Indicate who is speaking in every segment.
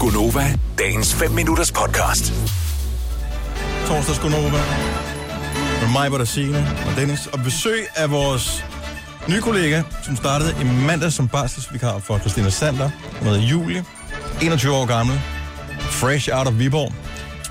Speaker 1: Gunova, dagens 5 minutters podcast.
Speaker 2: Torsdags Gunova. Med mig, hvor der Signe og Dennis. Og besøg af vores nye kollega, som startede i mandag som barselsvikar for Christina Sander. Hun hedder Julie, 21 år gammel. Fresh out of Viborg.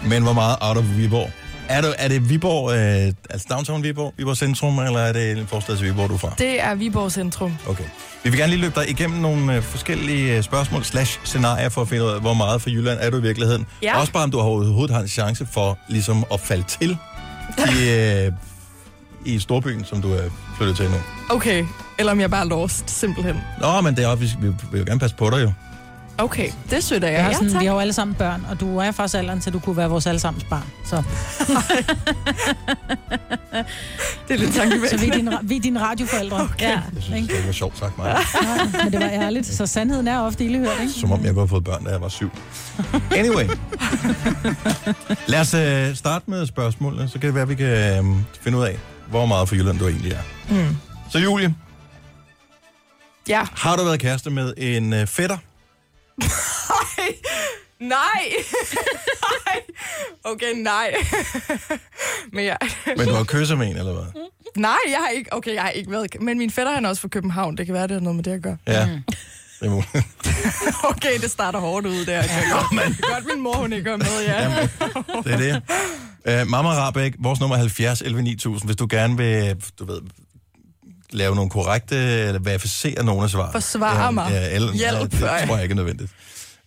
Speaker 2: Men hvor meget out of Viborg? Er det, er det Viborg, øh, altså downtown Viborg, Viborg Centrum, eller er det en forstad til Viborg, du er fra?
Speaker 3: Det er Viborg Centrum.
Speaker 2: Okay. Vi vil gerne lige løbe dig igennem nogle øh, forskellige øh, spørgsmål slash scenarier for at finde ud af, hvor meget for Jylland er du i virkeligheden.
Speaker 3: Ja.
Speaker 2: Også bare om du har overhovedet har en chance for ligesom at falde til i, øh, i storbyen, som du er flyttet til nu.
Speaker 3: Okay, eller om jeg bare er lost, simpelthen.
Speaker 2: Nå, men det er, vi, vi, vi vil jo gerne passe på dig jo.
Speaker 3: Okay, det synes jeg,
Speaker 4: Ja,
Speaker 3: ja,
Speaker 4: ja, sådan,
Speaker 3: tak.
Speaker 4: vi har jo alle sammen børn, og du er faktisk alderen, så du kunne være vores allesammens barn. Så,
Speaker 3: Det er lidt
Speaker 4: så vi, er
Speaker 3: tankevækkende.
Speaker 4: din, ra- vi er dine radioforældre. Okay. Ja,
Speaker 2: Jeg synes,
Speaker 4: ikke?
Speaker 2: det var sjovt sagt mig.
Speaker 4: Nej, men det var ærligt. Så sandheden er ofte ildehørt, ikke?
Speaker 2: Som om jeg kunne have fået børn, da jeg var syv. Anyway. Lad os øh, starte med spørgsmålene, så kan det være, at vi kan øh, finde ud af, hvor meget for Jylland du egentlig er. Mm. Så Julie,
Speaker 3: ja.
Speaker 2: Har du været kæreste med en øh, fætter?
Speaker 3: Nej. nej. Okay, nej. men jeg...
Speaker 2: Men du har kysset med en, eller hvad?
Speaker 3: Nej, jeg har ikke... Okay, jeg har ikke været... Men min fætter, han er også fra København. Det kan være, det har noget med det at gøre.
Speaker 2: Ja. Det er muligt.
Speaker 3: Okay, det starter hårdt ud der. Ja, Godt, min mor, hun ikke er med, ja.
Speaker 2: Det er det. Øh, Mama Rabeck, vores nummer er 70 11 9000, hvis du gerne vil, du ved, lave nogle korrekte, eller verificere nogle af svarene.
Speaker 3: Forsvare mig.
Speaker 2: Ja, eller,
Speaker 3: Hjælp,
Speaker 2: Nej, det
Speaker 3: ej.
Speaker 2: tror jeg ikke er nødvendigt.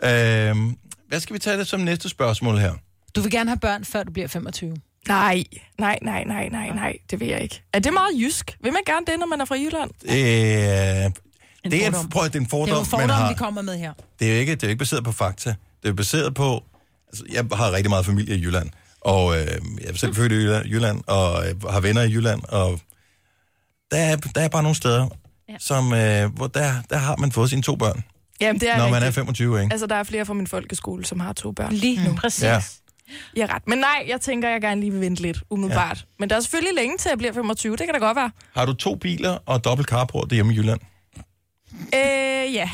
Speaker 2: Øh, hvad skal vi tage det som næste spørgsmål her?
Speaker 4: Du vil gerne have børn, før du bliver 25.
Speaker 3: Nej, nej, nej, nej, nej, nej. Det vil jeg ikke. Er det meget jysk? Vil man gerne det, når man er fra Jylland?
Speaker 2: Øh, det, er
Speaker 4: fordom.
Speaker 2: en, prøv, at- det er en
Speaker 4: Det er
Speaker 2: fordom,
Speaker 4: jo
Speaker 2: man
Speaker 4: fordomme,
Speaker 2: har.
Speaker 4: vi kommer med her.
Speaker 2: det er jo ikke, det er jo ikke baseret på fakta. Det er baseret på... Altså, jeg har rigtig meget familie i Jylland, og øh, jeg er selv født i Jylland, Jylland og øh, har venner i Jylland, og der er, der er bare nogle steder, ja. som, øh, hvor der, der har man fået sine to børn,
Speaker 3: Jamen, det er
Speaker 2: når man er
Speaker 3: rigtigt.
Speaker 2: 25, ikke?
Speaker 3: Altså, der er flere fra min folkeskole, som har to børn.
Speaker 5: Lige nu. Præcis.
Speaker 2: Ja.
Speaker 3: I har ret. Men nej, jeg tænker, jeg gerne lige vil vente lidt, umiddelbart. Ja. Men der er selvfølgelig længe til, at jeg bliver 25. Det kan da godt være.
Speaker 2: Har du to biler og dobbelt carport hjemme i Jylland?
Speaker 3: Øh, ja.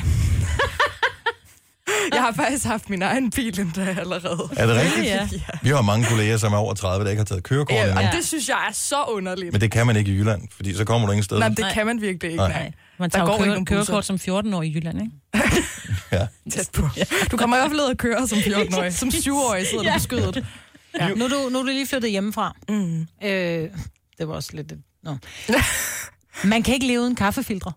Speaker 3: jeg har faktisk haft min egen bil endda allerede.
Speaker 2: Er det rigtigt?
Speaker 4: Ja.
Speaker 2: Vi har mange kolleger, som er over 30, der ikke har taget kørekort
Speaker 3: Ja,
Speaker 2: endnu.
Speaker 3: og det synes jeg er så underligt. Men
Speaker 2: Men det kan man ikke i Jylland, fordi så kommer du ingen steder.
Speaker 3: Nej, men det
Speaker 5: Nej.
Speaker 3: kan man virkelig ikke.
Speaker 2: Nej.
Speaker 3: Nej.
Speaker 5: Man
Speaker 3: Der
Speaker 5: tager
Speaker 3: går
Speaker 5: jo
Speaker 3: ikke
Speaker 5: køre,
Speaker 3: nogen
Speaker 5: kørekort som 14-årig i Jylland, ikke?
Speaker 2: Ja.
Speaker 3: Tæt på. Du kommer i hvert fald ud og køre som 14-årig. Som 7-årig sidder du på skødet.
Speaker 4: Ja. Nu, er du, nu er du lige flyttet hjemmefra. Mm. Øh, det var også lidt... et- Nå. Man kan ikke leve uden kaffefiltre.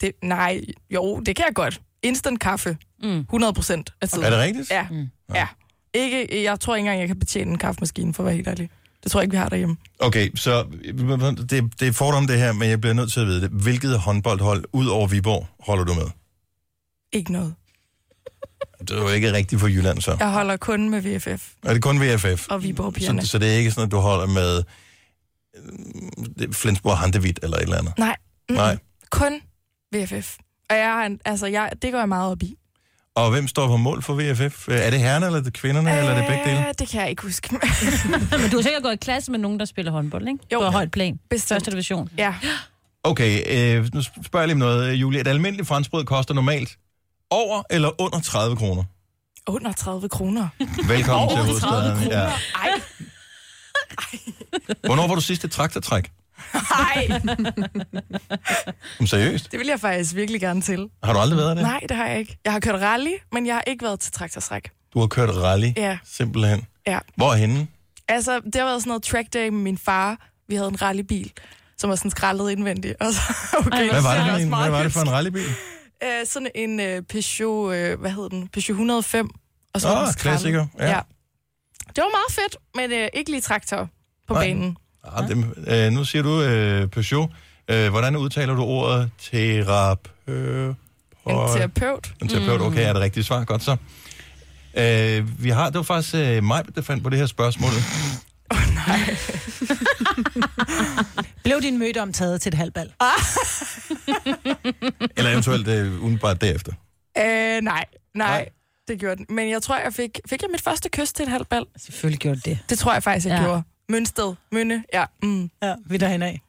Speaker 3: Det, nej, jo, det kan jeg godt. Instant kaffe.
Speaker 5: Mm.
Speaker 3: 100 procent af tiden.
Speaker 2: Er det rigtigt?
Speaker 3: Ja.
Speaker 4: Mm.
Speaker 3: ja. Ikke, jeg tror ikke engang, jeg kan betjene en kaffemaskine, for at være helt ærlig. Det tror jeg ikke, vi har derhjemme.
Speaker 2: Okay, så det, det er fordom det her, men jeg bliver nødt til at vide det. Hvilket håndboldhold ud over Viborg holder du med?
Speaker 3: Ikke noget.
Speaker 2: Det er jo ikke rigtigt for Jylland, så. Ja.
Speaker 3: Jeg holder kun med VFF
Speaker 2: Er det kun VFF?
Speaker 3: og Viborg
Speaker 2: Så,
Speaker 3: Pigerne.
Speaker 2: så det er ikke sådan, at du holder med øh, det- Flensborg Handevidt eller et eller andet?
Speaker 3: Nej. Mm-mm.
Speaker 2: Nej.
Speaker 3: Kun VFF. Og jeg, har en- altså, jeg, det går jeg meget op i.
Speaker 2: Og hvem står på mål for VFF? Øh, Er det herrerne, eller er det kvinderne, øh... eller er det begge dele?
Speaker 3: Øh, Det kan jeg ikke huske.
Speaker 5: Men du har sikkert gået i klasse med nogen, der spiller håndbold, ikke?
Speaker 3: Jo.
Speaker 5: På højt plan.
Speaker 3: Bestemt.
Speaker 5: Første division.
Speaker 3: Ja.
Speaker 2: Okay, øh, nu spørger jeg lige om noget, øh, Julie. Et almindeligt franskbrød koster normalt over eller under 30 kroner.
Speaker 3: Under 30 kroner.
Speaker 2: Velkommen
Speaker 5: Over
Speaker 2: til
Speaker 5: 30
Speaker 2: hovedstaden. Ja.
Speaker 3: Ej,
Speaker 2: Hvornår var du sidst et traktortræk?
Speaker 3: ej.
Speaker 2: Jamen, Seriøst?
Speaker 3: Det vil jeg faktisk virkelig gerne til.
Speaker 2: Har du aldrig været det?
Speaker 3: Nej, det har jeg ikke. Jeg har kørt rally, men jeg har ikke været til traktorstræk.
Speaker 2: Du har kørt rally?
Speaker 3: Ja.
Speaker 2: Simpelthen.
Speaker 3: Ja.
Speaker 2: Hvorhenne?
Speaker 3: Altså, det har været sådan noget track day med min far. Vi havde en rallybil, som var sådan skrællet indvendigt. Og så, okay,
Speaker 2: Hvad var det,
Speaker 3: også
Speaker 2: for en,
Speaker 3: meget
Speaker 2: hvad var det for en rallybil?
Speaker 3: Øh, sådan en øh, Peugeot, øh, hvad hed den? Peugeot 105. Og så
Speaker 2: Åh,
Speaker 3: var den skrællet.
Speaker 2: klassiker, ja.
Speaker 3: Det var meget fedt, men øh, ikke lige traktor på
Speaker 2: Nej.
Speaker 3: banen.
Speaker 2: Ah, dem, øh, nu siger du øh, Peugeot. Øh, hvordan udtaler du ordet terapeut?
Speaker 3: En Mm. terapeut.
Speaker 2: En terapeut, okay, er det rigtige svar? Godt så. Øh, vi har, det var faktisk øh, mig, der fandt på det her spørgsmål.
Speaker 4: Blev din mødom taget til et halvbal?
Speaker 2: Eller eventuelt øh, udenbart derefter.
Speaker 3: Øh, nej,
Speaker 2: Nej.
Speaker 3: nej. Det gjorde den. Men jeg tror, jeg fik... Fik jeg mit første kys til en halv bal?
Speaker 4: Selvfølgelig gjorde det.
Speaker 3: Det tror jeg faktisk, jeg
Speaker 5: Ja.
Speaker 3: ja. gjorde. Mønsted. Mønne. Ja. Mm.
Speaker 4: Ja, vi er derhen af.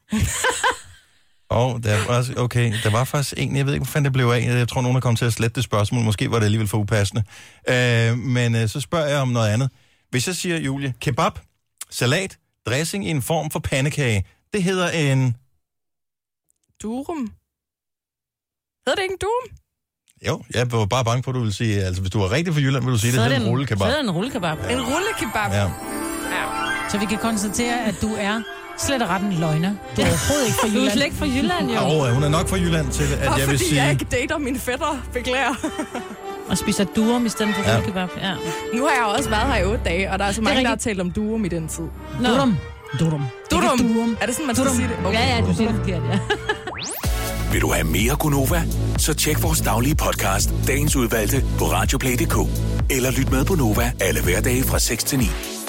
Speaker 2: Og der var, også- okay, der var faktisk en, jeg ved ikke, hvad fanden det blev af. Jeg tror, nogen er kommet til at slette det spørgsmål. Måske var det alligevel for upassende. Øh, men øh, så spørger jeg om noget andet. Hvis jeg siger, Julie, kebab, salat, dressing i en form for pandekage, det hedder en...
Speaker 3: Durum. Hedder det ikke en durum?
Speaker 2: Jo, jeg var bare bange på, at du ville sige... Altså, hvis du var rigtig for Jylland, ville du sige, det hedder en rullekebab.
Speaker 5: Så er det en rullekebab.
Speaker 3: En rullekebab. Ja.
Speaker 2: Ja.
Speaker 4: Så vi kan konstatere, at du er slet og retten løgner. Du er overhovedet ikke fra
Speaker 5: Du er
Speaker 4: Jylland.
Speaker 5: slet ikke fra Jylland, jo.
Speaker 2: Og hun er nok fra Jylland til, at
Speaker 3: Bare
Speaker 2: jeg vil
Speaker 3: fordi jeg
Speaker 2: sige...
Speaker 3: ikke dater mine fætter, beklager.
Speaker 5: Og spiser durum i stedet for
Speaker 2: Ja.
Speaker 5: ja. rullekebab. Ja.
Speaker 3: Nu har jeg også været her i otte dage, og der er så mange, der har
Speaker 5: rigtigt.
Speaker 3: talt om durum i den tid.
Speaker 5: Nå.
Speaker 4: Durum. Durum.
Speaker 3: Durum.
Speaker 4: Ikke durum.
Speaker 3: Er det sådan, man skal
Speaker 4: Durum.
Speaker 3: sige det? Okay.
Speaker 5: Ja, ja, du siger det forkert, ja.
Speaker 1: Vil du have mere Gunova? Så tjek vores daglige podcast, dagens udvalgte, på radioplay.dk. Eller lyt med på Nova alle hverdage fra 6 til 9.